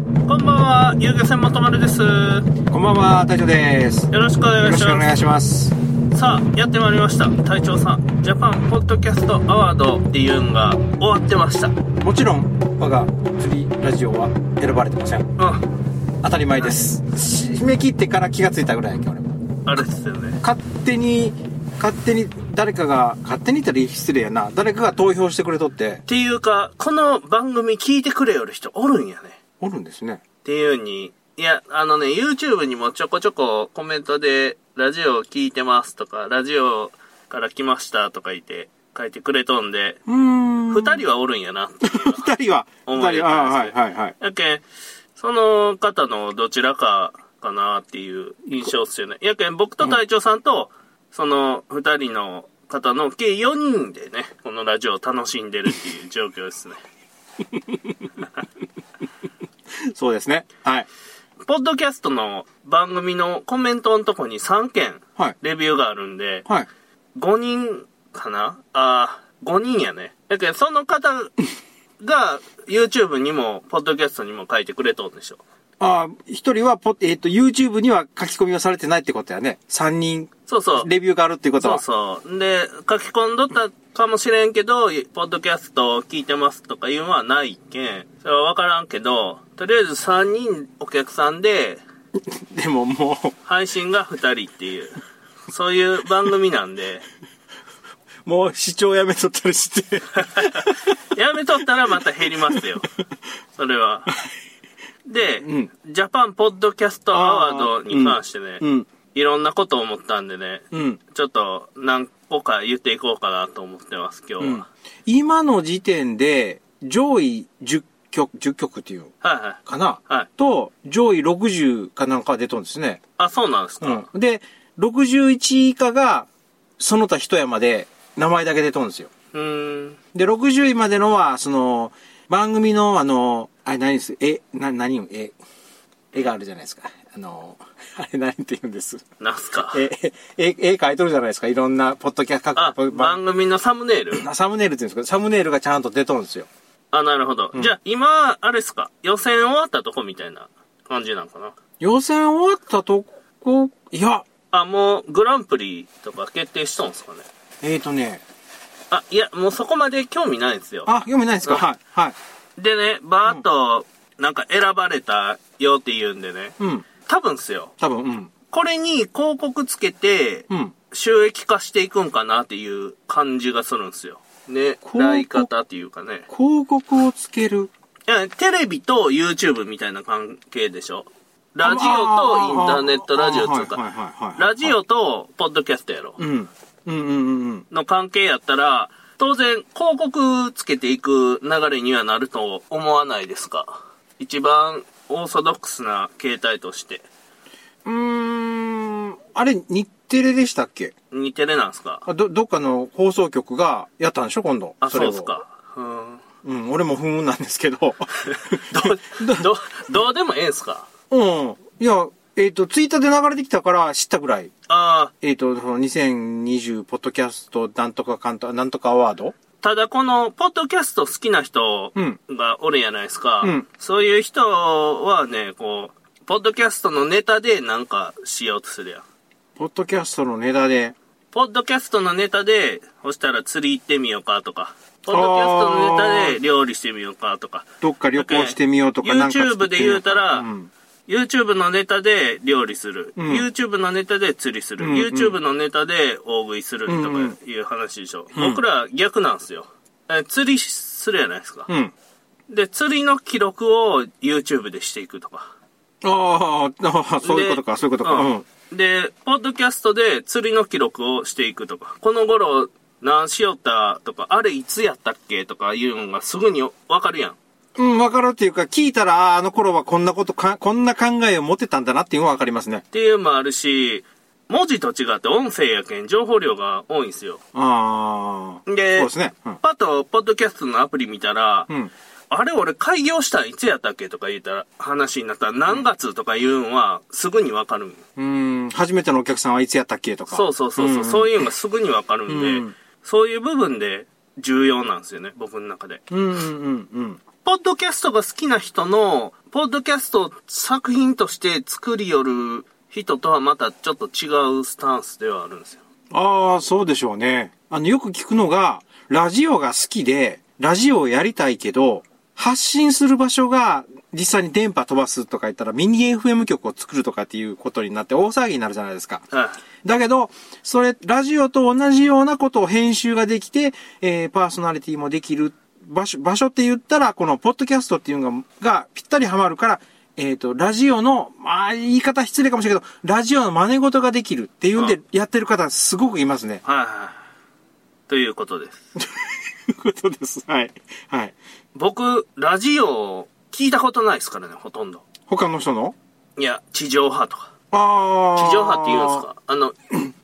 んばんは、遊漁船まとまるです。よこんばんは、隊長です。よろしくお願いろししくおま願いします。す。さあ、やってまいりました。隊長さん、ジャパンポッドキャストアワードっていうのが終わってました。うもちろん、我が釣りラジオは選ばれてません。ん、当たり前です。締め切ってから気がついたぐらいだっけ俺も。あれですよね。勝手に、勝手に誰かが、勝手に言ったら失礼やな。誰かが投票してくれとってっ、ていうか、この番組聞いてくれよる人おるんやね。おるんですね。っていうに、いや、あのね、YouTube にもちょこちょこコメントで、ラジオ聞いてますとか、ラジオから来ましたとか言って、書いてくれとんで、うーん。二、人はおるんやなっていうのが二人は、思二い出人は、あはいはいはい。やけん、その方のどちらかかなっていう印象っすよね。やけん、僕と隊長さんと、その二人の方の計4人でね、このラジオを楽しんでるっていう状況ですね。そうですね。はい。ポッドキャストの番組のコメントのとこに3件はい。レビューがあるんで、はい。 5人かなああ、5人やね。やけん、その方が YouTube にも、ポッドキャストにも書いてくれとんでしょ。ああ、一人はポ、えっ、と、YouTube には書き込みはされてないってことやね。三人、そうそう。レビューがあるっていうことそうは。そう。で、書き込んどったかもしれんけど、ポッドキャストを聞いてますとかいうのはないけん。それはわからんけど、とりあえず3人お客さんで、でももう、配信が2人っていう、そういう番組なんで、 もう視聴やめとったりして。やめとったらまた減りますよ。それは。で、うんジャパンポッドキャストアワードに関してね、うん。いろんなことを思ったんでね、うん。ちょっと何個か言っていこうかなと思ってます、今日は。うん。今の時点で、上位10曲、10曲っていうのはいはい。かな、はいと、上位60かなんかが出とるんですね。あ、そうなんですか。うん。で、61以下が、その他一山で、名前だけ出とるんですよ。うーん。で、60位までのは、その、番組の、あの、あれ何ですえ、な、何を、え、絵があるじゃないですか。あの、あれ何て言うんですなんすか。え、え、絵絵描いとるじゃないですか。いろんな、ポッドキャスト、あ、各番組のサムネイル。サムネイルって言うんですけど、サムネイルがちゃんと出とるんですよ。あ、なるほど。じゃあ、今、あれっすか。予選終わったとこみたいな感じなんかな。予選終わったとこ、いや、あ、もう、グランプリとか決定しとんすかね。えーとね、あ、いや、もうそこまで興味ないんですよ。あ、読めないですかうんはい、はい。でね、バーっと、なんか選ばれたよって言うんでね。うん、多分っすよ。多分、うん、これに広告つけて、うん。収益化していくんかなっていう感じがするんですよ。ね、告狙い方っていうかね。広告をつける。いや、テレビと YouTube みたいな関係でしょ。ラジオとインターネットラジオとあーはいか、はいはいはいラジオとポッドキャストやろ。うん、うん、うん、うんうん。の関係やったら、当然広告つけていく流れにはなると思わないですか。一番オーソドックスな形態として。うーん、あれ、日テレでしたっけ似てるなんすかあど、どっかの放送局がやったんでしょ今度。あ、そうれっをす。か。うん。うん、俺も不運なんですけど。ど、ど、どうでもええんす かうん。いや、えっ、と、ツイッターで流れてきたから知ったぐらい。ああ、えっ、と、その2020ポッドキャストなんとかかんと、なんとかアワードただこの、ポッドキャスト好きな人うんがおるやないですか。うんそういう人はね、こう、ポッドキャストのネタでなんかしようとするやん。ポッドキャストのネタで。ポッドキャストのネタで、そしたら釣り行ってみようかとか、ポッドキャストのネタで料理してみようかとか、どっか旅行してみようとか、だなんっかて作ってみよ YouTube で言ううとたらうん、 YouTube のネタで料理する、ん YouTube のネタで釣りする、んうん YouTube のネタで大食いするとうんうんかいう話でしょ。僕ら逆なんですよ。え釣りするやないですか。うん。で、釣りの記録を YouTube でしていくとか。あーあー、そういうことか、でそういうことか。うん。んで、ポッドキャストで釣りの記録をしていくとか、この頃何しよったとか、あれいつやったっけとかいうのがすぐにわかるやん。うん、わかるっていうか、聞いたら、あーあの頃はこんなことか、こんな考えを持ってたんだなっていうのはわかりますねっ。ていうのもあるし、文字と違って音声やけん情報量が多いんですよ。ああ。そうで、ですね。うん。パッとポッドキャストのアプリ見たら、うん。あれ俺開業したんいつやったっけとか言ったら話になったら何月とか言うんはすぐにわかるん。うん、初めてのお客さんはいつやったっけとか。そうそうそうそう、んそういうのがすぐにわかるんで、うんそういう部分で重要なんですよね、僕の中で。うんうんうんうん。ポッドキャストが好きな人の、ポッドキャストを作品として作りよる人とはまたちょっと違うスタンスではあるんですよ。ああ、そうでしょうね。あの、よく聞くのが、ラジオが好きで、ラジオをやりたいけど、発信する場所が実際に電波飛ばすとか言ったらミニ FM 局を作るとかっていうことになって大騒ぎになるじゃないですか。はい。だけど、それ、ラジオと同じようなことを編集ができて、えーパーソナリティもできる場所、場所って言ったら、このポッドキャストっていうのが、がぴったりハマるから、えっ、と、ラジオの、まあ、言い方失礼かもしれないけど、ラジオの真似事ができるっていうんでうん、やってる方すごくいますね。はいはい。ということです。という ことです。はい。はい。僕、ラジオ聞いたことないですからね、ほとんど。他の人のいや、地上波とか。ああ。地上波って言うんですかあの、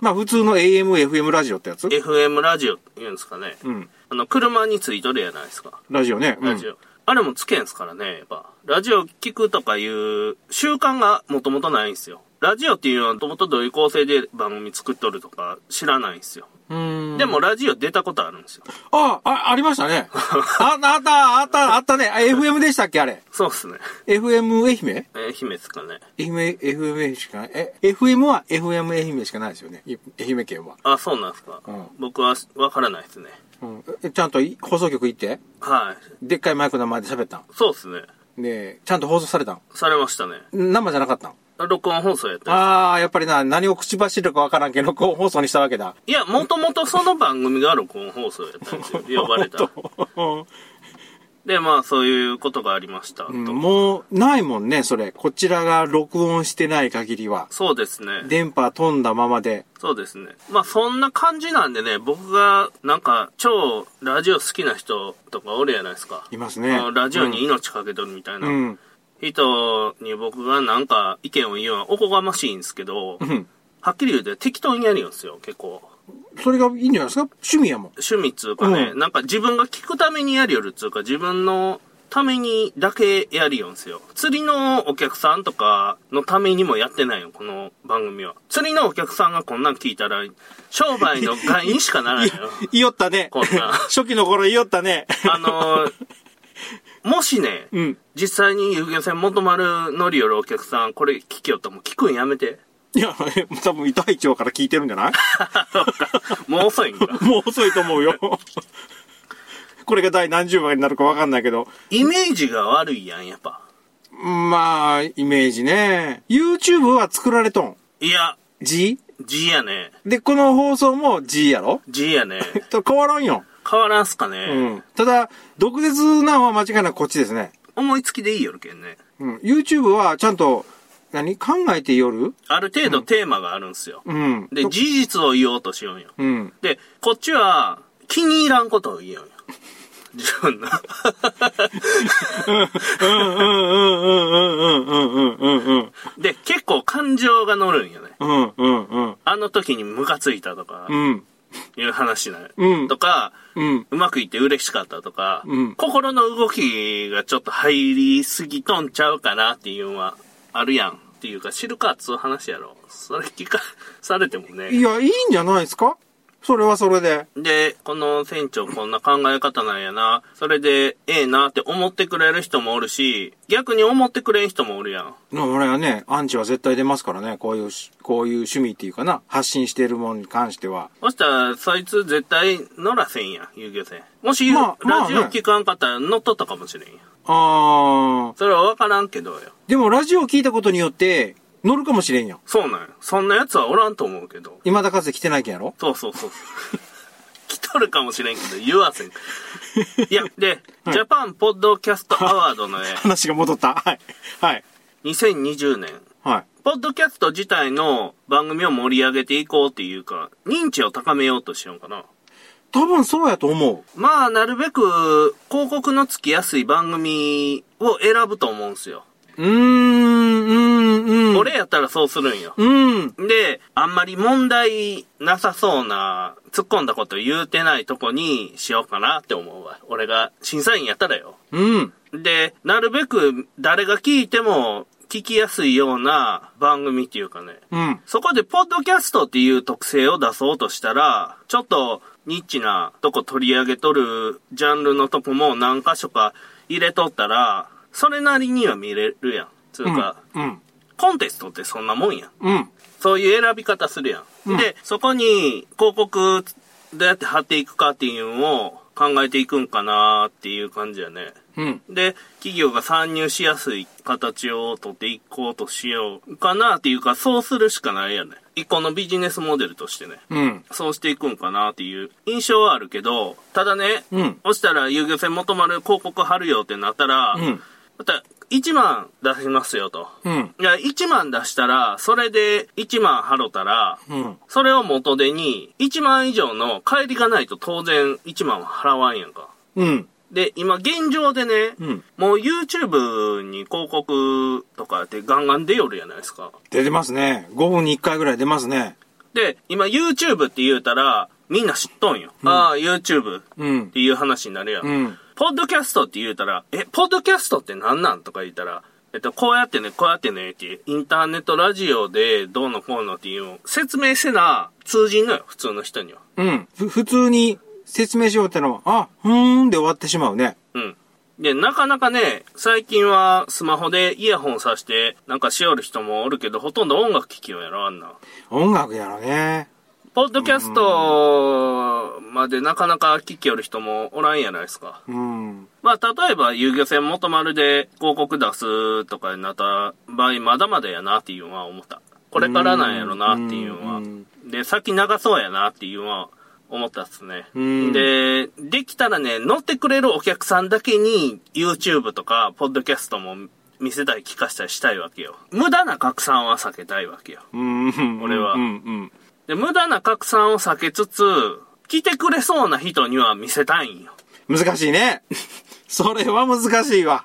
まあ、普通の AM、FM ラジオってやつ FM ラジオって言うんですかね。うん。あの、車についとるやないですか。ラジオね。うんラジオ。あれもつけんすからね、やっぱ。ラジオ聞くとかいう習慣がもともとないんですよ。ラジオっていうのはもともとどういう構成で番組作っとるとか知らないんですよ。うん。でもラジオ出たことあるんですよ。あ、あ、ありまし たね。あ、あった、あった、あったね。あ FM でしたっけあれ。そうっすね。 FM 愛媛えー、姫ですかね。 ?FM、FM 愛媛しかない。え、FM は FM 愛媛しかないですよね。い愛媛県は。あ、そうなんですか。うん僕はわからないですね。うん。えちゃんとい放送局行って、はい。でっかいマイクの前で喋ったそうっすね。ん。で、ちゃんと放送されたん。されましたね。生じゃなかったん。録音放送やってますあー、やっぱりな、何を口走るかわからんけど、こう放送にしたわけだ。いや、もともとその番組が録音放送やったんですよ。呼ば れたら。で、まあ、そういうことがありました。とうんもう、ないもんね、それ。こちらが録音してない限りは。そうですね。電波飛んだままで。そうですね。まあそんな感じなんでね、僕がなんか超ラジオ好きな人とかおるやないですか。いますねあのラジオに命かけとるみたいな、うん。人に僕がなんか意見を言うのはおこがましいんですけど、うん。はっきり言うて適当にやるんですよ、結構。それがいいんじゃないですか趣味やもん。趣味っつうかね、うなんか自分が聞くためにやるよるっつうか、自分のためにだけやるよんすよ。釣りのお客さんとかのためにもやってないよ、この番組は。釣りのお客さんがこんなん聞いたら、商売の害にしかならないよ。 いよったねこん な初期の頃いよったね。あのーもしね、うん。実際に遊漁船元丸乗りよるお客さん、これ聞きよったらもう聞くんやめて。いや、多分、痛い長から聞いてるんじゃ ないもう遅 いんだ。もう遅いと思うよ。これが第何十話になるかわかんないけど。イメージが悪いやん、やっぱ。まあ、イメージね。YouTube は作られとん。いや、 G? G やね。で、この放送も G やろ G やね。と変わらんよ。変わらんすかね。うん。ただ、毒舌なのは間違いなくこっちですね。思いつきでいいよるけんね。うん。YouTube はちゃんと、何考えて夜ある程度テーマがあるんすよ。うん。で、事実を言おうとしようよ。うん。で、こっちは気に入らんことを言おうよ。自分の。うんうんうんうんうんうんうんで、結構感情が乗るんよね。うんうんうんあの時にムカついたとかう、んいう話なの、うんとか、うんうまくいって嬉しかったとか、うん心の動きがちょっと入りすぎとんちゃうかなっていうのはあるやん。っていうか、知るかっつう話やろ。それ聞かされてもいね。やいいんじゃないですかそれはそれでで、この船長こんな考え方なんやな。それで、ええなって思ってくれる人もおるし、逆に思ってくれん人もおるやん。俺はねアンチは絶対出ますからねこういうしこういう趣味っていうかな発信しているものに関してはそしたら、そいつ絶対乗らせんやん、遊漁船。もし、まあまあラジオ聞かんかったら乗っとったかもしれんやん。あーそれは分からんけどよ。でもラジオを聞いたことによって乗るかもしれんよそうなんや。そんな奴はおらんと思うけど。今田かつて来てないけんやろそうそう そう。来とるかもしれんけど、言わせん。いや、 で、ジャパンポッドキャストアワードのね、話が戻ったはいはい2020年、はいポッドキャスト自体の番組を盛り上げていこうっていうか、認知を高めようとしようかな。多分そうやと思まあ、なるべく広告のつきやすい番組を選ぶと思うんすよ。ううーんうんうん俺やったらそうするんよ。うんで、あんまり問題なさそうな、突っ込んだこと言うてないとこにしようかなって思うわ。俺が審査員やったらよ。うんで、なるべく誰が聞いても聞きやすいような番組っていうかね。うんそこでポッドキャストっていう特性を出そうとしたら、ちょっとニッチなとこ取り上げとるジャンルのとこも何箇所か入れとったら、それなりには見れるやん。つうか、うん。コンテストってそんなもんやん。うん。そういう選び方するやん。うんで、そこに広告どうやって貼っていくかっていうのを考えていくんかなっていう感じやね。うん。で、企業が参入しやすい形を取っていこうとしようかなっていうか、そうするしかないやね。一個のビジネスモデルとしてね。うん。そうしていくんかなっていう印象はあるけど、ただね、うん押したら遊漁船元丸広告貼るよってなったら、うん。また1万出しますよと。うん。いや、1万出したら、それで1万払ったら、うん。それを元手に、1万以上の帰りがないと当然1万は払わんやんか。うん。で、今現状でね、うん。もう YouTube に広告とかってガンガン出よるじゃないですか。出てますね。5分に1回ぐらい出ますね。で、今 YouTube って言うたら、みんな知っとんよ。ああ、YouTube っうん。ていう話になるやん。うん。ポッドキャストって言うたら、え、ポッドキャストってなんなんとか言ったら、えっと、こうやってね、こうやってね、って、インターネットラジオでどうのこうのっていうのを説明せな、通じんのよ、普通の人には。うん。ふ普通に説明しようってのは、あ、ふーんで終わってしまうね。うん。で、なかなかね、最近はスマホでイヤホンさして、なんかしおる人もおるけど、ほとんど音楽聴きようやろ、あんな。音楽やろね。ポッドキャストまでなかなか聞きよる人もおらんやないですか。うん。まあ、例えば、遊漁船元丸で広告出すとかになった場合、まだまだやなっていうのは思った。これからなんやろなっていうのうはん。で、先長そうやなっていうのは思ったっすね。うんで、できたらね、乗ってくれるお客さんだけに YouTube とか、ポッドキャストも見せたり聞かせたりしたいわけよ。無駄な拡散は避けたいわけよ。うん。俺はうん。うん。で、無駄な拡散を避けつつ、来てくれそうな人には見せたいんよ。難しい ね。それは難しいわ。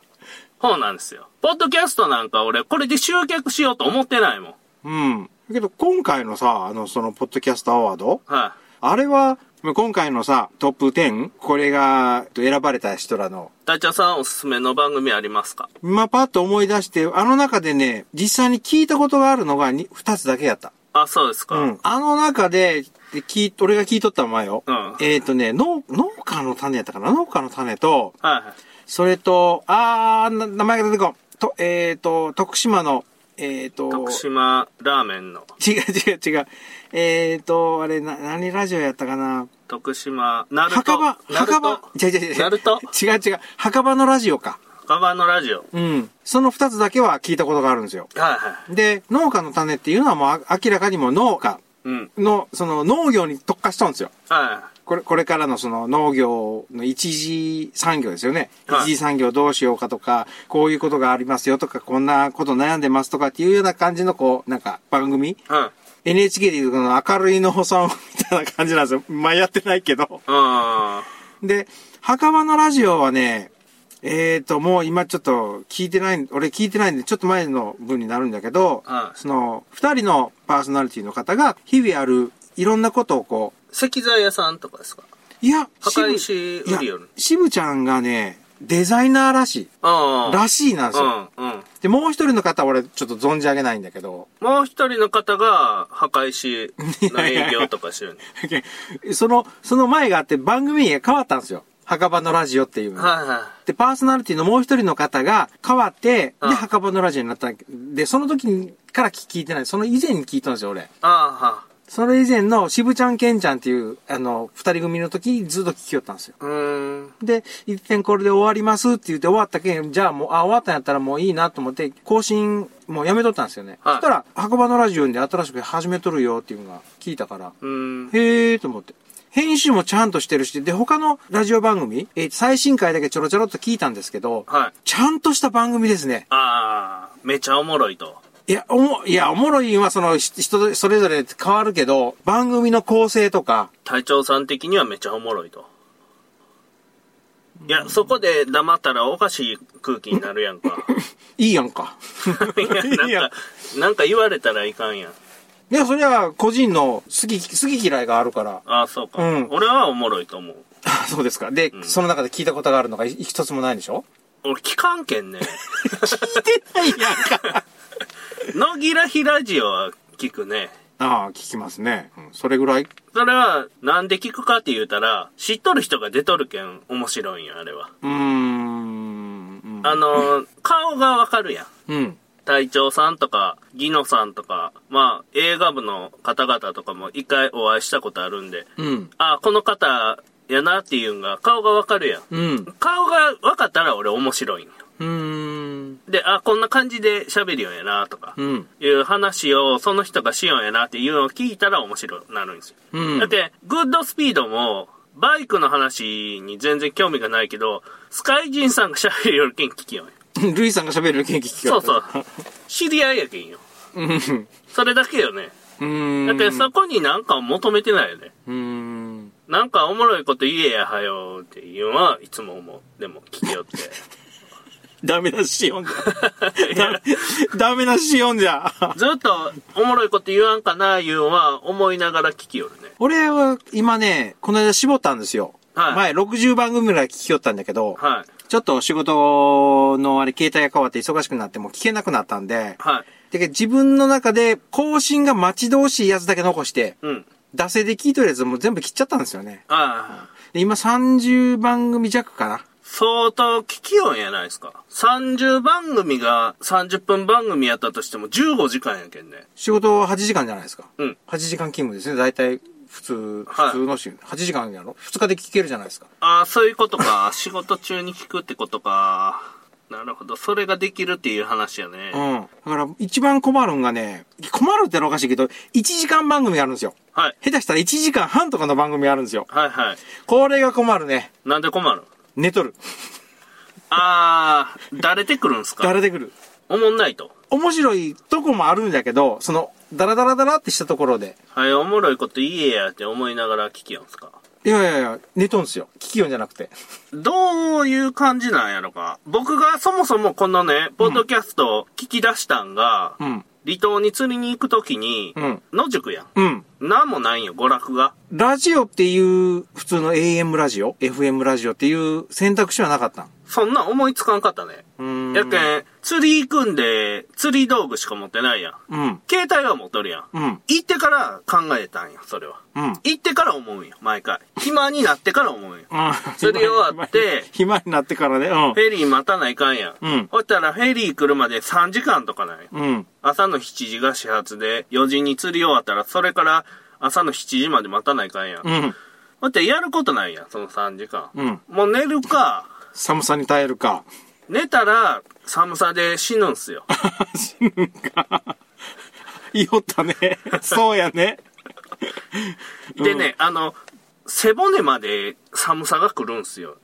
そうなんですよ。ポッドキャストなんか俺、これで集客しようと思ってないもん。うん。だけど今回のさ、あの、その、ポッドキャストアワードはあれは、まあ今回のさ、トップ10、これが、えっと選ばれた人らの、い。ダチャさんおすすめの番組ありますかまあ、パッと思い出して、あの中でね、実際に聞いたことがあるのがに2つだけやった。あ、そうですか。うん。あの中で、で聞い俺が聞いとった前よ。うんえっ、とね、農、農家の種やったかな農家の種と、はいはい。それと、あー、な名前が出てこん。と、えっ、と、徳島の、えっ、と、徳島ラーメンの、違う違う違う。えっ、と、あれ、な、何ラジオやったかな徳島、ナルト。墓場、ナルト墓場、違う違う違う。ナルト違う違う。墓場のラジオか。墓場のラジオ。はいうん。その二つだけは聞いたことがあるんですよ。はい。で、農家の種っていうのはもうあ明らかにもう農家うん。の、その農業に特化したんですよ。はこれ、これからのその農業の一次産業ですよね。はい一次産業どうしようかとか、こういうことがありますよとか、こんなこと悩んでますとかっていうような感じのこう、なんか番組。い。はい。 NHK でいうこの明るい農村みたいな感じなんですよ。まあやってないけど。うん。で、墓場のラジオはね、えーと、もう今ちょっと聞いてない、俺聞いてないんで、ちょっと前の分になるんだけど、はいその、二人のパーソナリティの方が、日々ある、いろんなことをこ石材屋さんとかですかう、いや、墓ぶ石いや売りよる。渋ちゃんがね、デザイナーらしい。うん。らしいなんですうよ。ん。うん。で、もう一人の方、俺、ちょっと存じ上げないんだけど、 もう一人の方が、墓石の営業とかして るね。その、その前があって、番組が変わったんですよ。墓場のラジオっていうのが。 はいはで、パーソナリティのもう一人の方が変わって、うんで、墓場のラジオになったんで、その時にから聞いてない。その以前に聞いたんですよ、俺。い。あそれ以前の渋ちゃん、ケンちゃんっていう、あの、二人組の時にずっと聞きよったんですよ。あ。うーん。で、一点これで終わりますって言って終わったけん、じゃあもう、あ、終わったんやったらもういいなと思って、更新、もうやめとったんですよね。はいそしたら、墓場のラジオで新しく始めとるよっていうのが聞いたから、うーん。へーと思って。編集もちゃんとしてるし、で、他のラジオ番組、えー最新回だけちょろちょろっと聞いたんですけど、はい。ちゃんとした番組ですね。ああ、めちゃおもろいと。いや、おも、いや、おもろいんはその、ひ人それぞれ変わるけど、番組の構成とか、隊長さん的にはめちゃおもろいと。いや、そこで黙ったらおかしい空気になるやん か。いいやんか。 い いや、なやんか、なんか言われたらいかんやん。いや、それは個人の好き、好き嫌いがあるから。ああ、そうか、うん俺はおもろいと思う。あ そうですか。で、その中で聞いたことがあるのがい一つもないでしょ俺、聞かんけんね。聞いてないやんか。野木らひラジオは聞くね。 ああ、聞きますね。うんそれぐらい。それは、なんで聞くかって言うたら、知っとる人が出とるけん、面白いんや、あれは。うーん。あのー顔がわかるやん。うん。隊長さんとか、ギノさんとか、まあ、映画部の方々とかも一回お会いしたことあるんで、うん。あ、この方やなっていうんが、顔がわかるやん。うん。顔が分かったら俺面白いんよ。うん。で、あ、こんな感じで喋るよんやなとか、うん。いう話をその人がしよんやなっていうのを聞いたら面白くなるんですよ。うんだって、グッドスピードも、バイクの話に全然興味がないけど、スカイジンさんが喋るよりけん聞きよんよ。ルイさんが喋る元気聞そかうそう。知り合いやけんよ。うん。それだけよね。うん。だってそこになんか求めてないよね。うん。なんかおもろいこと言えやはよっていうのはいつも思う。でも聞きよ って。ダメなし読んじゃ。ダメなし読んじゃ。ずっとおもろいこと言わんかないうのは思いながら聞きよるね。俺は今ね、この間絞ったんですよ。はい前60番組ぐらい聞きよったんだけど、はい。ちょっと仕事のあれ携帯が変わって忙しくなってもう聞けなくなったんで、はい。だけど自分の中で更新が待ち遠しいやつだけ残して、うん。惰性で聞いとるやつも全部切っちゃったんですよね。ああ。で今30番組弱かな。相当聞きよんやないですか。30番組が30分番組やったとしても15時間やけんね。仕事8時間じゃないですか。うん。 8時間勤務ですね。大体普通、はい普通の週、8時間やろ ?2 日で聞けるじゃないですか。ああ、そういうこと か。仕事中に聞くってことか。なるほど。それができるっていう話やね。うん。だから一番困るんがね、困るってのはおかしいけど、1時間番組があるんですよ。はい。下手したら1時間半とかの番組があるんですよ。はいはい。これが困るね。なんで困る寝とる。ああ、だれてくるんすだかれてくる。おもんないと。面白いとこもあるんだけど、その、ダラダラダラってしたところで。はい、おもろいこと言えやって思いながら聞きよんすかいやいやいや、寝とんすよ。聞きよんじゃなくて。どういう感じなんやろか。僕がそもそもこのね、ポッドキャストを聞き出したんが、うん。離島に釣りに行くときに、うん野宿やうん。ん。なんもないんよ、娯楽が。ラジオっていう、普通の AM ラジオ ?FM ラジオっていう選択肢はなかったんそんなん思いつかんかったね。うーん。やけん、釣り行くんで、釣り道具しか持ってないやん。うん。携帯は持っとるやん。うん。行ってから考えたんよ、それは。 うん。行ってから思うんよ、毎回。暇になってから思うんよ。うん。釣り終わって 暇に暇になってからね。うんフ。ェリー待たないかんやん。うんほったらフェリー来るまで3時間とかなんよ。うん。朝の7時が始発で、4時に釣り終わったら、それから朝の7時まで待たないかんやん。うん。ほってやることないやん、その3時間。うん。もう寝るか、寒さに耐えるか。寝たら寒さで死ぬんす よ。死ぬんか。いいおった ね。そうやね。でね、あの、背骨まで寒さが来るんす よ。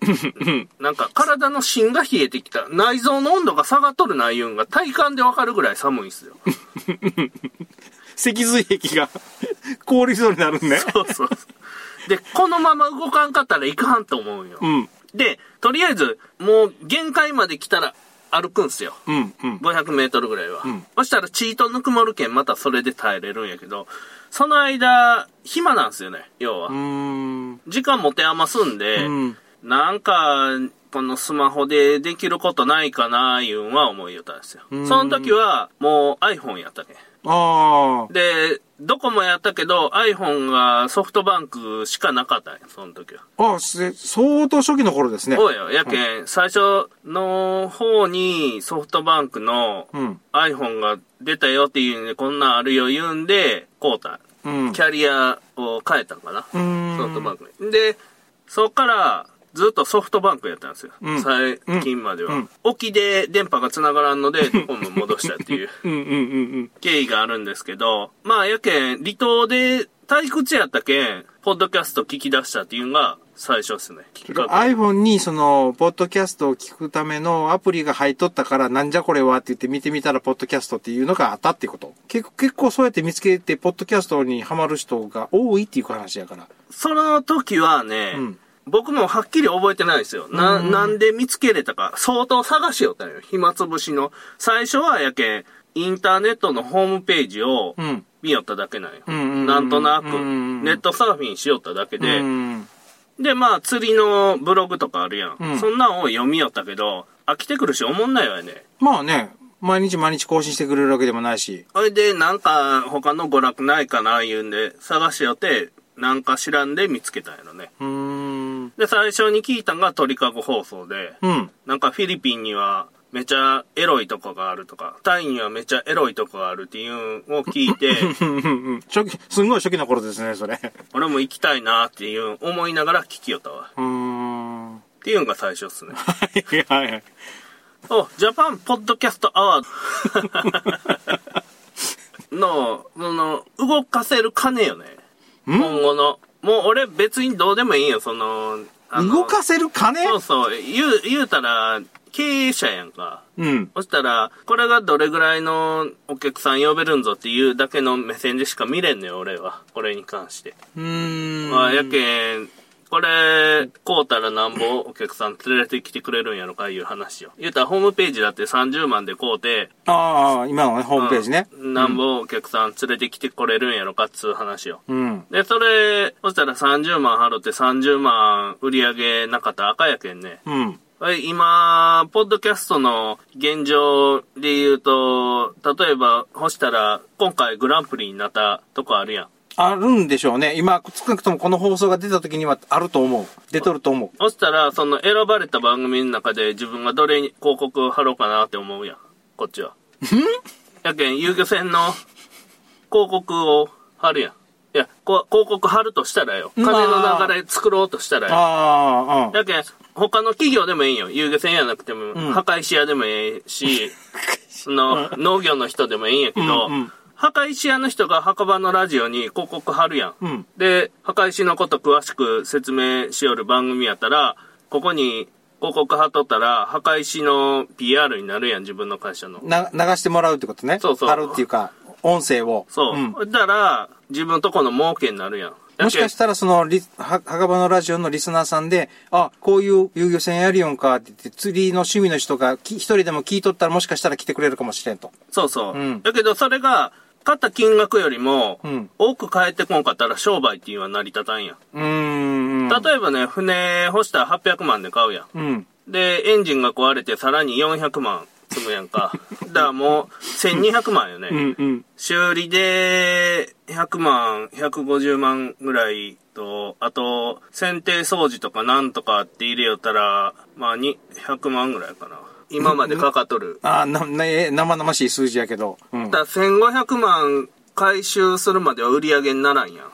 なんか体の芯が冷えてきた、内臓の温度が下がっとるな、いうんが体感でわかるぐらい寒いんすよ。脊髄壁が 凍りそうになるね。そうそうそう。で、このまま動かんかったらいかんと思うんよ。うん。で、とりあえず、もう限界まで来たら歩くんすよ。うん。うん。 500メートルぐらいは。んそしたらチートぬくもるけんまたそれで耐えれるんやけど、その間、暇なんすよね、要は。うーん。時間持て余すんで、うんなんか、このスマホでできることないかな、いうんは思いよったんですよ。うんその時は、もう iPhone やったけん。ああ。で、ドコモやったけど、iPhone がソフトバンクしかなかったんや、その時は。ああ、せ相当初期の頃ですね。そうよ。やけん、最初の方にソフトバンクのうん iPhone が出たよっていうんで、こんなんあるよ言うんで、こうた。うん。キャリアを変えたんかな。うーんソフトバンクに。で、そっから、ずっとソフトバンクやったんですよ。うん最近までは。うんうん沖で電波が繋がらんので、 ドコモ戻したっていううんうんうんうん。経緯があるんですけど、まあ、やけん、離島で退屈やったけん、ポッドキャスト聞き出したっていうのが最初っすね。きっかけ iPhone にその、ポッドキャストを聞くためのアプリが入っとったから、なんじゃこれはって言って見てみたら、ポッドキャストっていうのがあったってこと。結構、結構そうやって見つけて、ポッドキャストにハマる人が多いっていう話やから。その時はね、うん僕もはっきり覚えてないですよ。な、うんなんで見つけれたか、相当探しよったんよ。暇つぶしの。最初はやけん、インターネットのホームページをうん。見よっただけなんよ。うんうんうんなんとなく、うんネットサーフィンしよっただけで、うん。で、まあ、釣りのブログとかあるやん。うんそんなんを読みよったけど、飽きてくるし、おもんないわよね。まあね、毎日毎日更新してくれるわけでもないし。それで、なんか、他の娯楽ないかな、言うんで、探しよって、なんか知らんで見つけたんやろね。うーん。で、最初に聞いたんが鳥かご放送で、うん。なんかフィリピンにはめちゃエロいとこがあるとか、タイにはめちゃエロいとこがあるっていうのを聞い て、うんうんうん。初期、すんごい初期の頃ですね、それ。う俺も行きたいなっていう思いながら聞きよったわ。ーん。はっていうのが最初っすね。いはいはい。お、ジャパンポッドキャストアワードの、その、動かせる金よね。ん今後の。もう俺別にどうでもいいよ、その、あの動かせる金そうそう、言う、言うたら、経営者やんか。うん。そしたら、これがどれぐらいのお客さん呼べるんぞっていうだけの目線でしか見れんのよ、俺は。これに関して。うーん。まあ、やけん、これ、こうたらなんぼお客さん連れてきてくれるんやろかいう話よ。言うたらホームページだって30万でこうて、ああ、今のね、ホームページね。うんなんぼお客さん連れてきてこれるんやろかっつう話よ。うん。で、それ、そしたら30万払って30万売り上げなかったら赤やけんね。うん。はい、今、ポッドキャストの現状で言うと、例えば、ほしたら、今回グランプリになったとこあるやん。あるんでしょうね。今、少なくともこの放送が出た時にはあると思う。出とると思そしたら、その選ばれた番組の中で自分がどれに広告を貼ろうかなって思うやん。こっちは。やけん、遊漁船の広告を貼るやん。いや、こ広告貼るとしたらよ。金まあの流れ作ろうとしたらう。よ。ああ、うん。やけん、他の企業でもいいよ。遊漁船やなくても、ん破壊し屋でもいい し、その、農業の人でもいいんやけど、うんうん破壊し屋の人が墓場のラジオに広告貼るやん。うんで、破壊しのこと詳しく説明しよる番組やったら、ここに広告貼っとったら、破壊しの PR になるやん、自分の会社の。な、流してもらうってことね。そうそうあるっていうか、音声を。そう。んだから、自分とこの儲けになるやん。もしかしたら、そのリ、は、墓場のラジオのリスナーさんで、あ、こういう遊漁船やるよんかって言って、釣りの趣味の人がき一人でも聞いとったらもしかしたら来てくれるかもしれんと。そうそう。うんだけど、それが、買った金額よりもうん、多く返ってこんかったら商売っていうのは成り立たんやん。うーん。例えばね、船干したら800万で買うやうん。ん。で、エンジンが壊れてさらに400万積むやん か。だからもう、1200万よね。うんうん。修理で、100万、150万ぐらいと、あと、剪定掃除とかなんとかって入れよったら、まあ、に100万ぐらいかな。今までかかっとる。あーな、ね、生々しい数字やけど。うん。だから1500万回収するまでは売り上げにならんやん。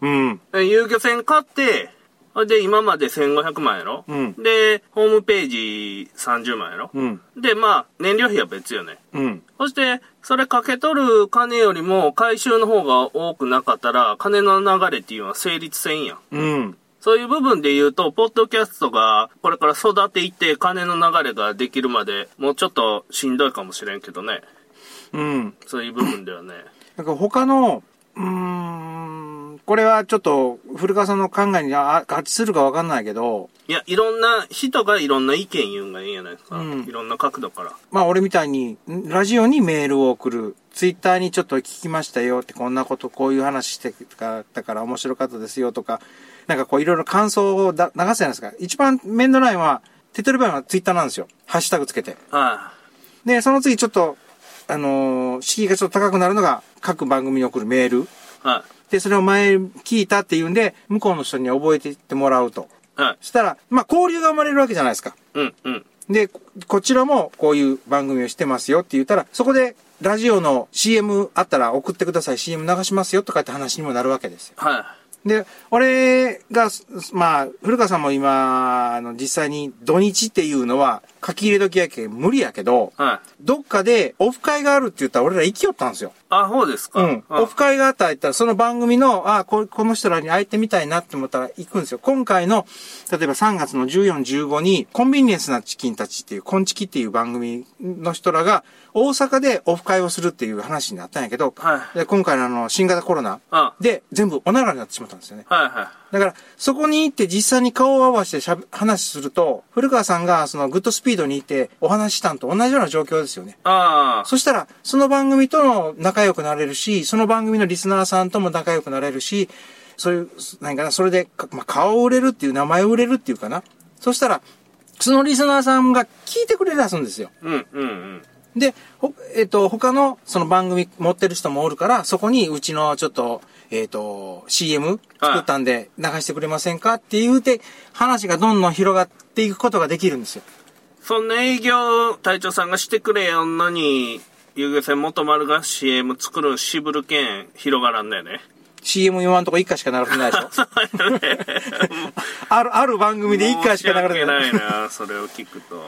うん。で遊漁船買って、ほいで、今まで1500万やろ、うんで、ホームページ30万やろ、うん。で、まあ、燃料費は別よね。うん。そして、それかけ取る金よりも回収の方が多くなかったら、金の流れっていうのは成立せんやん。うん。そういう部分で言うと、ポッドキャストがこれから育ていって金の流れができるまで、もうちょっとしんどいかもしれんけどね。うん。そういう部分ではね。なんか他の、うーん、これはちょっと古川さんの考えにあ合致するかわかんないけど、いや、いろんな人がいろんな意見言うんがいいんやないですか。うんいろんな角度から。まあ俺みたいに、んラジオにメールを送る、ツイッターにちょっと聞きましたよって、こんなこと、こういう話してたから面白かったですよとか、なんかこういろいろ感想をだ流すじゃないですか。一番面倒ないのは、手っ取り早いのはツイッターなんですよ。ハッシュタグつけて。あで、その次ちょっと、あのー敷居がちょっと高くなるのが、各番組に送るメール。あ、はで、それを前聞いたっていうんで、向こうの人に覚えていってもらうと。い、はい。そしたら、まあ交流が生まれるわけじゃないですか。うん、うん。で、ここちらもこういう番組をしてますよって言ったら、そこでラジオの CM あったら送ってください、CM 流しますよとかって話にもなるわけですよ。はで、俺が、すまあ、古川さんも今、あの、実際に土日っていうのは書き入れ時やけん無理やけど、い、はい。どっかでオフ会があるって言ったら俺ら生きよったんですよ。あ、そうですか。うん。あオフ会があったら言ったら、その番組の、あこ、この人らに会えてみたいなって思ったら行くんですよ。今回の、例えば3月の14、15に、コンビニエンスなチキンたちっていう、コンチキっていう番組の人らが、大阪でオフ会をするっていう話になったんやけど、はいで今回のあの、新型コロナあ、で、全部おならになってしまったんですよね。はい、はだから、そこに行って実際に顔を合わせてしゃべ話すると、古川さんがそのグッドスピードにいてお話ししたんと同じような状況ですよね。い。あそしたら、その番組との仲良くなれるし、その番組のリスナーさんとも仲良くなれるし、そういう、何かな、それで、かまあ、顔を売れるっていう、名前を売れるっていうかな。そしたら、そのリスナーさんが聞いてくれ出すんですよ。あ、うん、うん、うん。で、ほえっ、と、他の、その番組持ってる人もおるから、そこにうちのちょっと、えっ、と、CM 作ったんで流してくれませんかって言うて、話がどんどん広がっていくことができるんですよ。そんな営業隊長さんがしてくれよんのに、遊漁船元丸が CM 作るん渋るけん広がらんだよ ね。 CM 今んとこ1回しか流れてないでしょある、あ る番組で1回しか流れてない。申し訳ないな、それを聞くと。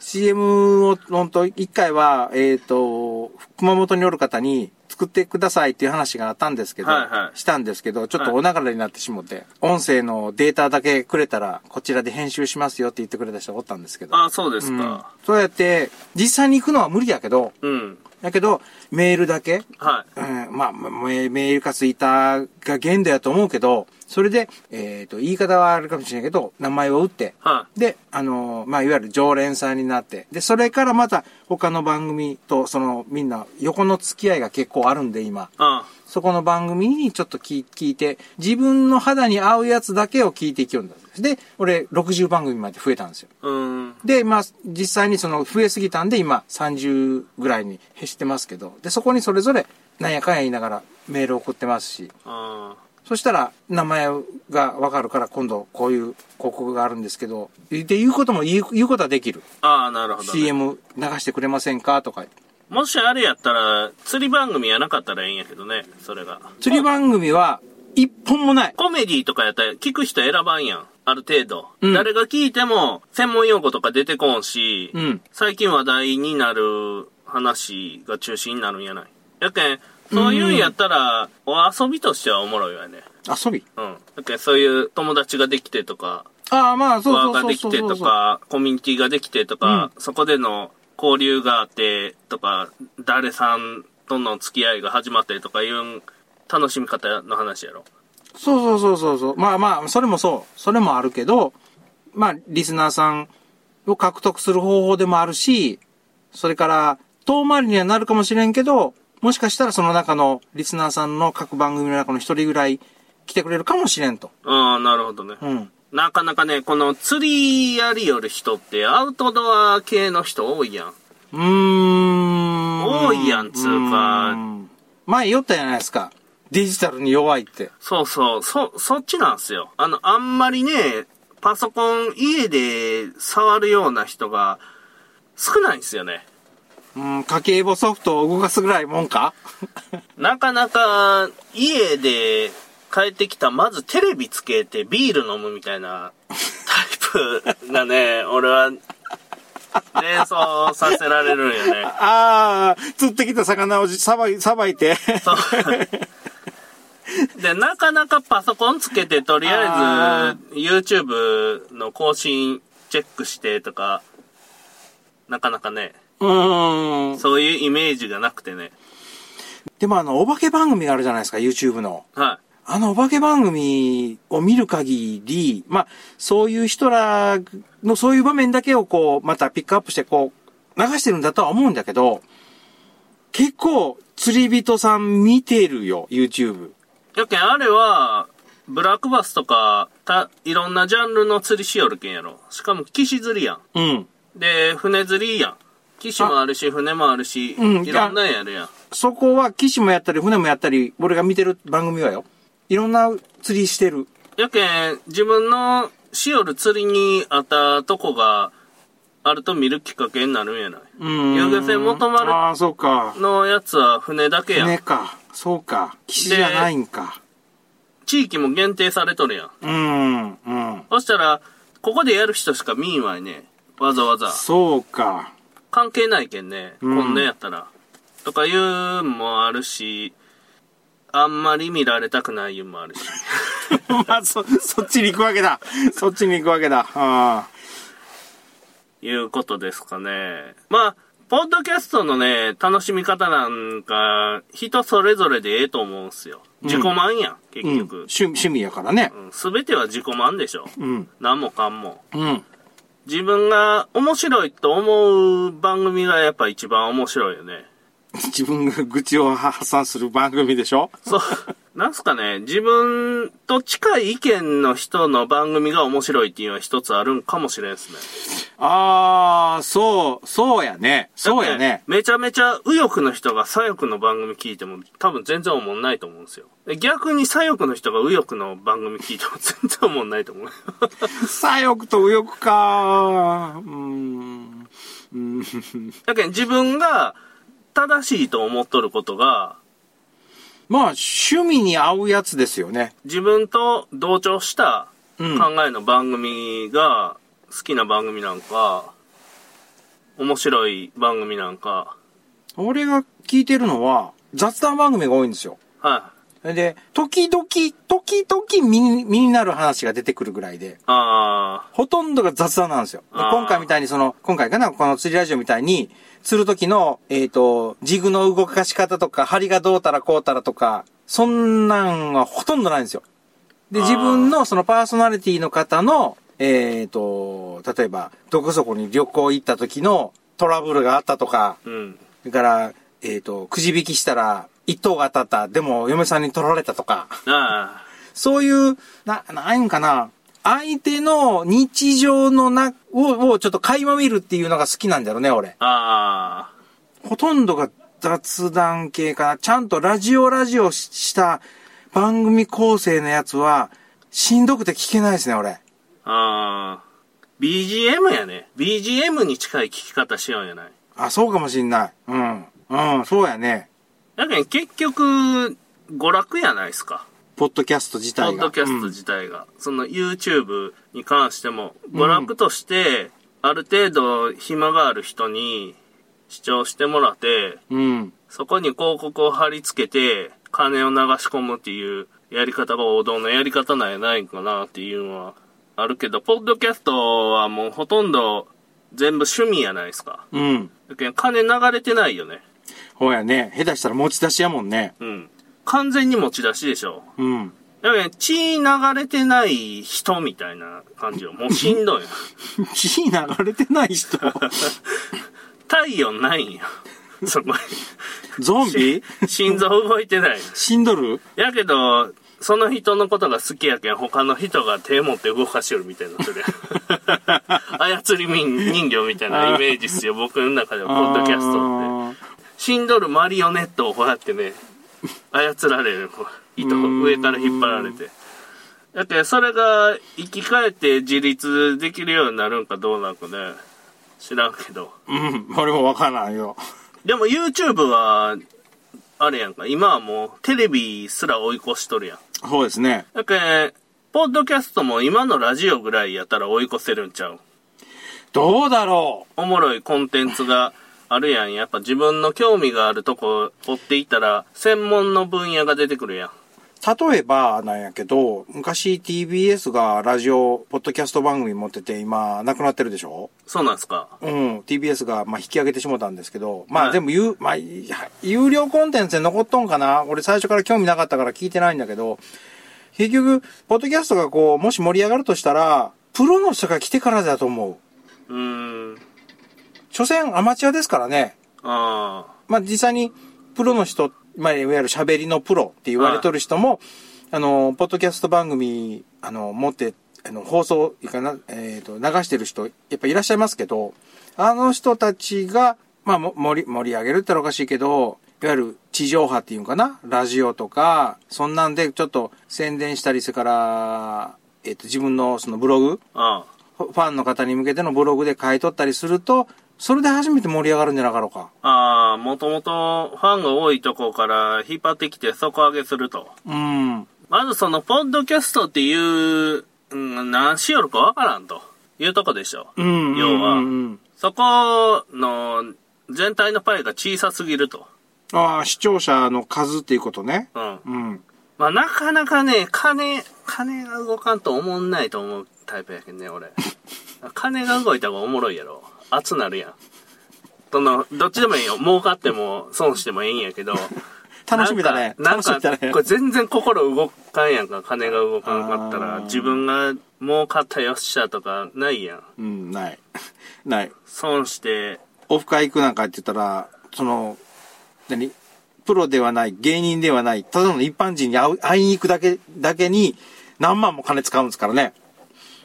CM を、本当一回は、えっ、と、熊本におる方に作ってくださいっていう話があったんですけど、はいはいしたんですけど、ちょっとお流れになってしもて、音声のデータだけくれたら、こちらで編集しますよって言ってくれた人がおったんですけど、あ、そうですうんか。そうやって、実際に行くのは無理やけど、うん。だけど、メールだけ、はうん、まあ、メメールかツイッターが限度やと思うけど、それで、えっ、と、言い方はあるかもしれないけど、名前を打って、い。はい。で、あのーまあ、いわゆる常連さんになって、で、それからまた他の番組と、その、みんな横の付き合いが結構あるんで、今。あそこの番組にちょっと聞い聞いて、自分の肌に合うやつだけを聞いていきよるんだ。で、俺、60番組まで増えたんですよ。うん。で、まあ、実際にその増えすぎたんで、今30ぐらいに減してますけど、で、そこにそれぞれ、なんやかんや言いながらメール送ってますし、あそしたら名前がわかるから今度こういう広告があるんですけど、っていうことも言う言うことはできる。あ。ああ、なるほど、ね。 CM 流してくれませんかとか。もしあれやったら、釣り番組やなかったらええんやけどね、それが。釣り番組は一本もない。コメディとかやったら聞く人選ばんやん。ある程度。うん誰が聞いても、専門用語とか出てこんし、うん最近話題になる話が中心になるんやない。やけん、そういうんやったら、お遊びとしてはおもろいわね。遊びうん。だけどそういう友達ができてとか、ああ、まあ、そう輪そうがそうできそうてそうとか、コミュニティができてとか、うそこでの交流があってとか、誰さんとの付き合いが始まってとかいう楽しみ方の話やろ。そうそうそうそうそう。まあまあ、それもそう。それもあるけど、まあ、リスナーさんを獲得する方法でもあるし、それから、遠回りにはなるかもしれんけど、もしかしたらその中のリスナーさんの各番組の中の一人ぐらい来てくれるかもしれんと。ああ、なるほどね。うん。なかなかね、この釣りやりよる人ってアウトドア系の人多いやん。うーん。多いやんつうかん前言ったじゃないですか。デジタルに弱いって。そうそう、そ、そっちなんすよ。あの、あんまりね、パソコン家で触るような人が少ないんですよね。うん、家計簿ソフトを動かすぐらいもんかなかなか家で帰ってきたまずテレビつけてビール飲むみたいなタイプがね、俺は連想させられるんよね。ああ、釣ってきた魚をじさばい、さばいて。そう。 で、なかなかパソコンつけて、とりああえず、YouTube の更新チェックしてとか、なかなかね、うーん。そういうイメージがなくてね。でもあの、お化け番組があるじゃないですか、YouTube の。はあの、お化け番組を見る限り、まあ、そういう人らの、そういう場面だけをこう、またピックアップして、こう、流してるんだとは思うんだけど、結構、釣り人さん見てるよ、YouTube。い。やけん、あれは、ブラックバスとか、た、いろんなジャンルの釣りしよるけんやろ。しかも、岸釣りやうん。ん。で、船釣りやん。岸もあるし、船もあるし、うんいろんなんやるやん。そこは、騎士もやったり、船もやったり、俺が見てる番組はよ。いろんな釣りしてる。やけん、自分のしよる釣りにあったとこがあると見るきっかけになるんやない。うん遊漁船元丸ああ、そうか。のやつは船だけや船ん。か。そうか。騎士じゃないんか。地域も限定されとるやん。うん、うん。そしたら、ここでやる人しか見んわいね。わざわざ。そうか。関係ないけんね。うんこんなんやったら。とかいうんもあるし、あんまり見られたくないいうんもあるし。 まあ、そ、そっちに行くわけだ。そっちに行くわけだ。あいうことですかね。まあ、ポッドキャストのね、楽しみ方なんか、人それぞれでええと思うんすよ。自己満やん、うん。結局。趣趣味やからね。すべ、全ては自己満でしょ。うん。何もかんも。うん。自分が面白いと思う番組がやっぱ一番面白いよね。自分が愚痴を発散する番組でしょ そう。なんすかね、自分と近い意見の人の番組が面白いっていうのは一つあるんかもしれんっすね。ああ、そう、そうやね。そうやね。めちゃめちゃ右翼の人が左翼の番組聞いても多分全然おもんないと思うんですよ。で逆に左翼の人が右翼の番組聞いても 全然おもんないと思う。左翼と右翼か。うん。うん。やけん自分が正しいと思っとることが、まあ、趣味に合うやつですよね。自分と同調したうん。考えの番組が好きな番組なんか、面白い番組なんか、俺が聞いてるのは、雑談番組が多いんですよ。はい。それで、時々、時々身に身になる話が出てくるぐらいで、あほとんどが雑談なんですよ。であー今回みたいにその、今回かな、この釣りラジオみたいに、釣る時の、えっ、と、ジグの動かし方とか、針がどうたらこうたらとか、そんなんはほとんどないんですよ。で、あー自分のそのパーソナリティの方の、えっ、と、例えば、どこそこに旅行行った時のトラブルがあったとか、ーうん。それから、えっ、と、くじ引きしたら、一等が当たった、でも嫁さんに取られたとか、あそういう、な、なんいうんかな、相手の日常のな、を、をちょっと垣間見るっていうのが好きなんだろうね、俺あ、。あほとんどが雑談系かな。ちゃんとラジオラジオしした番組構成のやつは、しんどくて聞けないですね、俺。あ、ああ、BGM やね。BGM に近い聞き方しようんやない。あ、そうかもしんない。うん。うん、そうやね。やけん結局、娯楽やないですか。ポッドキャスト自ポ体ッが。ドキャスト自体が、その YouTube に関しても娯楽として、ある程度暇がある人に視聴してもらってうん。うん。そこに広告を貼り付けて金を流し込むっていうやり方が王道のやり方なんやないかなっていうのはあるけどポッドキャストはもうほとんど全部趣味やないですかうん。だけど金流れてないよねほやね。下手したら持ち出しやもんね。うん完全に持ち出しでしょうん。 だからね血流れてない人みたいな感 じよ。もうしんどいよ。血流れてない 人。体温ない んよ。そこゾンビに。心臓動いてない。死んどるやけど、その人のことが好きやけん、他の人が手持って動かしよるみたいになってる やん。操り人形みたいなイメージっすよ。僕の中では、ポッドキャストって。あー死んどるマリオネットをこうやってね、操られる。こう糸を上から引っ張られて。だって、それが生き返って自立できるようになるんかどうなんかね、知らんけど。うん、俺もわからんよ。でも YouTube は、あれやんか、今はもうテレビすら追い越しとるやん。そうですね。だけどポッドキャストも今のラジオぐらいやったら追い越せるんちゃうどうだろおもろいコンテンツがあるやん。やっぱ自分の興味があるとこ追っていったら、専門の分野が出てくるやん。う例えばなんやけど、昔 TBS がラジオ、ポッドキャスト番組持ってて、今、なくなってるでしょそうなんすかうん、TBS が、まあ、引き上げてしもたんですけど、まはあ、い全部、有まあ、いや有料コンテンツで残っとんかな俺最初から興味なかったから聞いてないんだけど、結局、ポッドキャストがこう、もし盛り上がるとしたら、プロの人が来てからだと思う。うーん。所詮アマチュアですからね。あまあ、実際に、プロの人、まあ、いわゆる喋りのプロって言われとる人も、あの、ポッドキャスト番組、あの、持って、あの、放送、いいかな、えっ、と、流してる人、やっぱいらっしゃいますけど、あの人たちが、まあ、も盛り、盛り上げるったらおかしいけど、いわゆる地上波っていうんかな、ラジオとか、そんなんでちょっと宣伝したり、それから、えっ、と、自分のそのブログ、あ。ああ。ファンの方に向けてのブログで書いとったりすると、それで初めて盛り上がるんじゃなかろうか。ああ、もともとファンが多いとこから引っ張ってきて底上げすると。うん。まずその、ポッドキャストっていう、うん、何しよるかわからんというとこでしょ。うん要はうんうんうんそこの、全体のパイが小さすぎると。ああ、視聴者の数っていうことね。うん。うん。まあ、なかなかね、金、金が動かんと思んないと思うタイプやけんね、 俺。金が動いた方がおもろいやろ。熱なるやん。その、どっちでもいいよ。儲かっても、損してもいいんやけど。 楽しみだね。なん楽しかみだなんかねこ。れ全然心動かんやんか。金が動かなかったあら、ー自分が儲かったよっしゃとかないやん。うん、ない。 ない。損して、オフ会行くなんかって言ったら、その、何プロではない、芸人ではない、ただの一般人に会う会いに行くだけ、だけに、何万も金使うんですからね。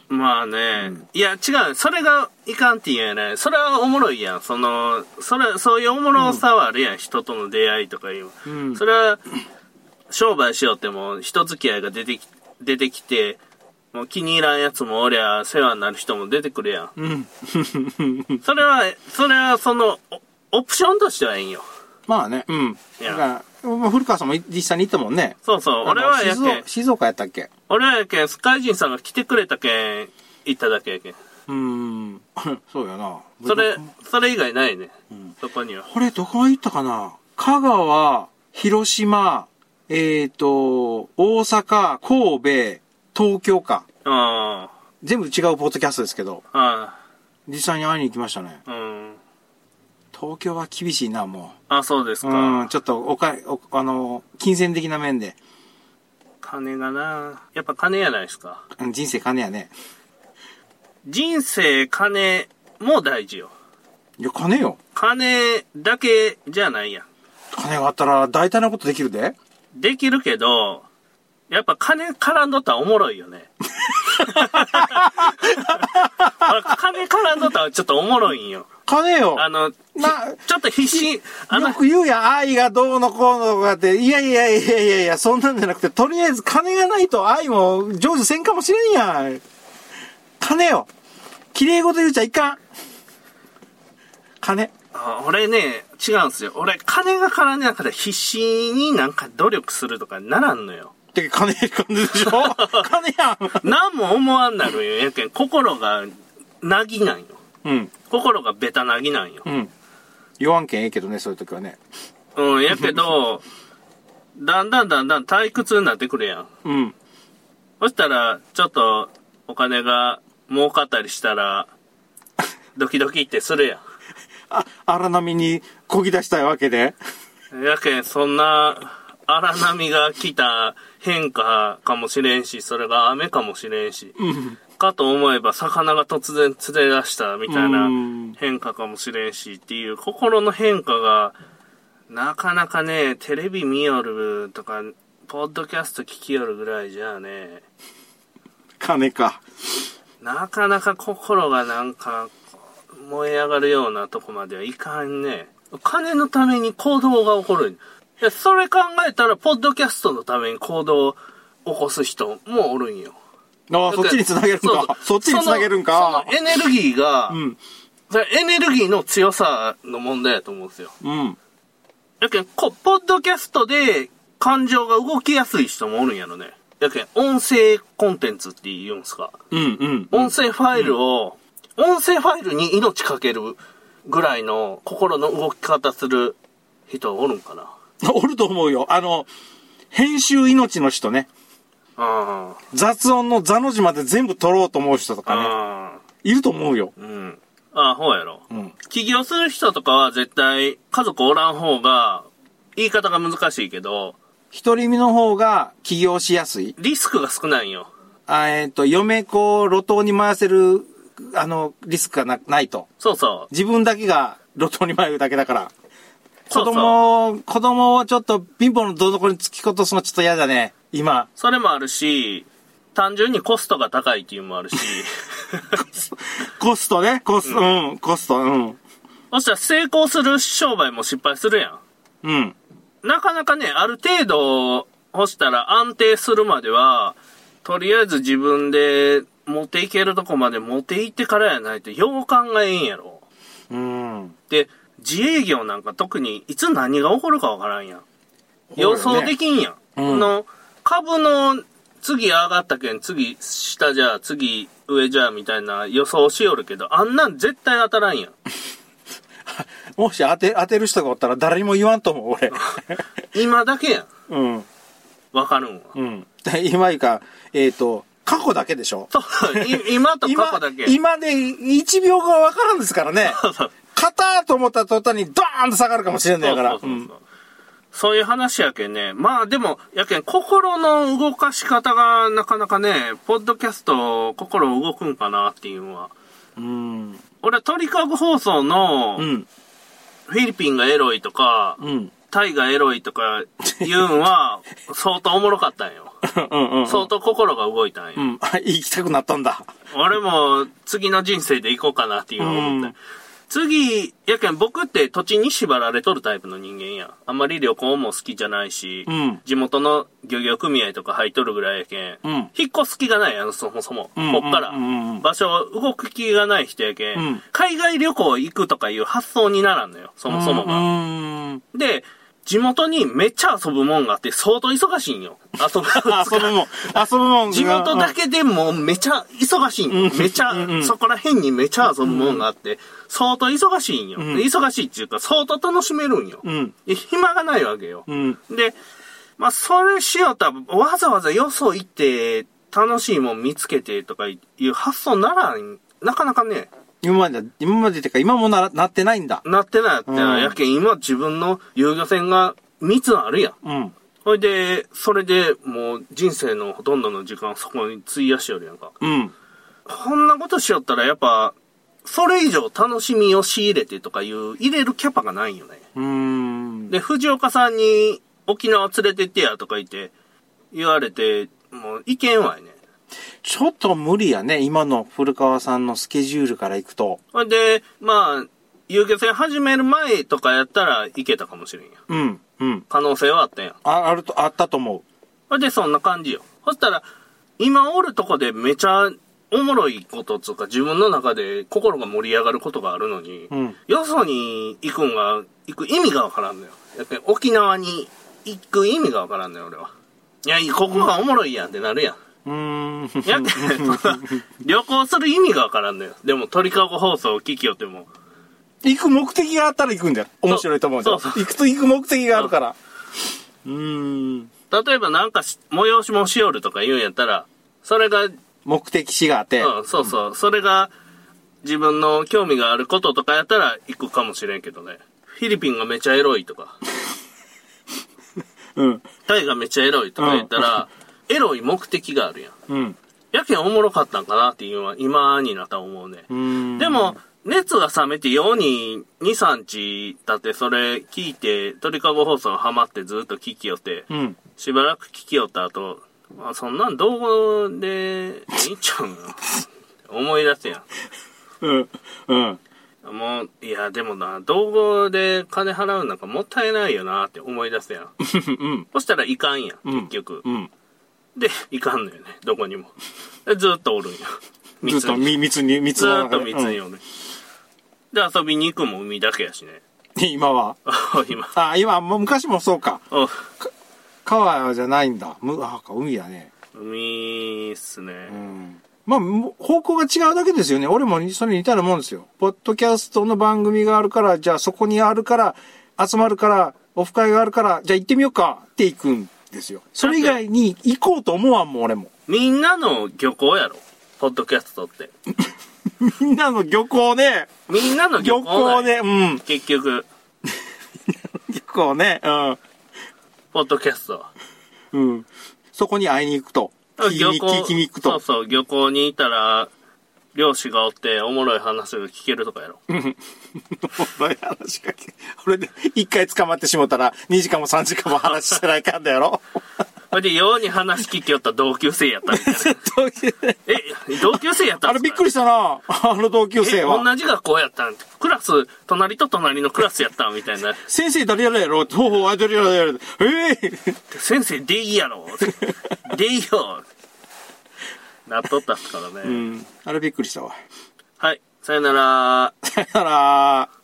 まあね、いや違う、それがいかんって言うんやね。それはおもろいやん。その、それ、そういうおもろさはあるやん。人との出会いとかいう。んそれは、商売しようっても、人付き合いが出てき、出てきて、もう気に入らんやつもおりゃ、世話になる人も出てくるやん。うん。 それは、それはその、おオプションとしてはいいんよ。まあね、うん。いやだから、まあ、古川さんも実際に行ったもんね。そうそう、俺はやあの静けん岡、静岡やったっけ俺はやけん、スカイジンさんが来てくれたけん、行っただけやけん。うーん。 そうやな。それど、それ以外ないね。そこには。これどこ行ったかな香川、広島、えっ、と、大阪、神戸、東京か。あ全部違うポッドキャストですけど、あ、あ実際に会いに行きましたね。あ、うん。東京は厳しいな、もあ、そうですう。か。うん、ちょっとおかお、あの、金銭的な面で、金がなやっぱ金やないですか。うん人生金やね。人生、金も大事よ。いや、金よ。金だけじゃないやん。金があったら大体のことできるで。できるけど、やっぱ金絡んどったらおもろいよ ね。あ金絡んどったらちょっとおもろいんよ。金よ。あの、ちまょっと必死、あのよ、く言うやん、愛がどうのこうのとかって、いやいやいやいやいや、そんなんじゃなくて、とりあえず金がないと愛も成就せんかもしれんやん。金よ。綺麗事言うちゃいかん。金。あ俺ね、違うんすよ。俺、金が絡んでなかったら必死になんか努力するとかならんのよ。てか金、金でし ょ金やん。なんも思わんなるんよ。やけん、心が、なぎなんよ。うん、心がベタなぎなんよ。うん。言わんけんええけどね、そういう時はね。うん、やけど、だんだんだんだん退屈になってくるやん。うん。そしたら、ちょっと、お金が儲かったりしたら、ドキドキってするやあ、荒波に漕ぎ出したいわけで。ん。やけん、そんな、荒波が来た変化かもしれんし、それが雨かもしれんし、かと思えば魚が突然連れ出したみたいなうん変化かもしれんしっていう心の変化が、なかなかね、テレビ見よるとか、ポッドキャスト聞きよるぐらいじゃあね、金か。なかなか心がなんか燃え上がるようなとこまではいかんね。金のために行動が起こる。いや、それ考えたら、ポッドキャストのために行動を起こす人もおるんよ。ああ、そっちにつなげるんそうそかう。そっちにつなげるんかその。そのエネルギーが、うん。それエネルギーの強さの問題やと思うんですよ。うん。やけん、こポッドキャストで感情が動きやすい人もおるんやろね。やけん、音声コンテンツって言うんすか。うん。うん。音声ファイルを、音声ファイルに命かけるぐらいの心の動き方する人おるんかな。 おると思うよ。あの、編集命の人ね。あ雑音の座の字まで全部取ろうと思う人とかね。あ、いると思うよ。うん。ああ、ほうやろ。うん。起業する人とかは絶対家族おらん方が言い方が難しいけど、一人身の方が起業しやすい。リスクが少ないんよ。あえっ、と、嫁子を路頭に回せる、あの、リスクがなないと。そうそう。自分だけが路頭に回るだけだから。そ子うそう供を子供をちょっと貧乏のどん底に突き落とすのちょっと嫌だね。今。それもあるし、単純にコストが高いっていうの もあるし、コストね。コスト、うん、コスト、うん。そしたら成功する商売も失敗するやん。うん。なかなかね、ある程度、干したら安定するまでは、とりあえず自分で持っていけるとこまで持っていってからやないと、よう考えんやろ。うん。で、自営業なんか特にいつ何が起こるかわからんやん。予想できんやん。うんあの、株の次上がったけん、次下じゃ、次上じゃ、みたいな予想しよるけど、あんなん絶対当たらんやん。もし当て、当てる人がおったら誰にも言わんと思 う、俺。今だけやん。うん。わかるんは。うん。 今いうか、えっ、と、過去だけでしょそう、 い今と過去だけ。今、今で1秒がわからんですか らね。そう勝ったと思った途端にドーンと下がるかもしれんのやから。そうそうそうそうそういう話やけんね。まあでも、やけん、心の動かし方がなかなかね、ポッドキャスト、心動くんかなっていうのは。うん。うん。俺は鳥かご放送のう、ん。フィリピンがエロいとか、うん。タイがエロいとか言うん は、相当おもろかったんよ。うん。うん。相当心が動いたんうよ。ん。あ行きたくなったんだ。俺も次の人生で行こうかなっていうのを思った。次、やけん僕って土地に縛られとるタイプの人間や。あんまり旅行も好きじゃないし、うん地元の漁業組合とか入っとるぐらいやけん、うん引っ越す気がないやん、そもそも。うんこっからうんうんうん場所を動く気がない人やけん、うん海外旅行行くとかいう発想にならんのよ、そもそもが。うん。で、地元にめっちゃ遊ぶもんがあって相当忙しいんよ。遊 ぶ遊ぶもん。遊ぶもん。地元だけでもめちゃ忙しいんよ。めちゃ、そこら辺にめちゃ遊ぶもんがあって、相当忙しいんよ。で忙しいっていうか相当楽しめるんよ。うん。で暇がないわけよ。うん。で、まあ、それしよったらわざわざよそ行って、楽しいもん見つけてとかいう発想ならん、なかなかね、今まで、今までってか、今もなら、なってないんだ。なってないってな、うんやけん今自分の遊漁船が3つあるやん。うん。ほいで、それでもう人生のほとんどの時間をそこに費やしよるやんか。うん。こんなことしよったらやっぱ、それ以上楽しみを仕入れてとかいう入れるキャパがないんよね。うーん。で、藤岡さんに沖縄連れてってやとか言って、言われて、もういけんわいね。ちょっと無理やね。今の古川さんのスケジュールから行くと。ほいで、まあ、遊漁船始める前とかやったらいけたかもしれんや。うん。うん。可能性はあったんや。あ、あると、あったと思ほいで、そんな感じよ。そしたら、今おるとこでめちゃおもろいことつうか、自分の中で心が盛り上がることがあるのに、う。うん。よそに行くんが、行く意味がわからんのよ。やっぱり沖縄に行く意味がわからんのよ、俺は。いや、ここがおもろいやんってなるやん。うーん。やけん、その旅行する意味がわからんのよ。でも、鳥かご放送を聞きよっても、行く目的があったら行くんだよ。面白いと思うんだよ。そうそう行くと行く目的があるから。うーん。例えばなんかし催しもしよるとか言うんやったら、それが目的地があって。うん、そうそう。それが、自分の興味があることとかやったら行くかもしれんけどね。フィリピンがめちゃエロいとか、うん。タイがめちゃエロいとか言ったら、エロい目的があるやん。うん。やけんおもろかったんかなっていうのは今になったら思うね。うん。でも、熱が冷めて世に2、3日だってそれ聞いて、鳥かご放送ハマってずっと聞きよって、うん。しばらく聞きよった後、まあ、そんなん動画でいいっちゃうのよ思い出すやん。うん。うん。もう、いや、でもな、道後で金払うなんかもったいないよなって思い出すやん。うん。そしたらいかんやん、うん結局。うん。で、いかんのよね、どこにも。でずっとおるんや。ずっとみ密に、密ずのっと中で密におる。で、遊びに行くも海だけやしね。 うん今は。あ今。あ、今、もう昔もそうか。お川じゃないんだ。む、あ、海だね。海っすねう。ん。まあ、もう方向が違うだけですよね。俺もそれに似たようなもんですよ。ポッドキャストの番組があるから、じゃあそこにあるから、集まるから、オフ会があるから、じゃあ行ってみようかって行くんですよ。それ以外に行こうと思わんもん、俺も。みんなの漁港やろ。ポッドキャストって。みんなの漁港ね、みんなの漁漁港港ね。ね、うん。結局、漁港ね、うん。ポッドキャストは。うん。そこに会いに行くと。聞き漁に港聞きに行くそうと。そう漁港にいたら漁師がおっておもろい話が聞けるとかやろお前話がけ。 俺で、一回捕まってしもたら、2時間も3時間も話してないかんだ やろ。それでように話聞きよった同級生やったみたい なえ同級生やったあれびっくりしたな。あの同級生えは。同じ学校やったんクラス隣と隣のクラスやったんみたいな先生誰やるやろほうほう、あ、誰やるやる。ええ先生でいい やろでいいよなっとったっすからね、うん。あれびっくりしたわ。はいさよならさよなら。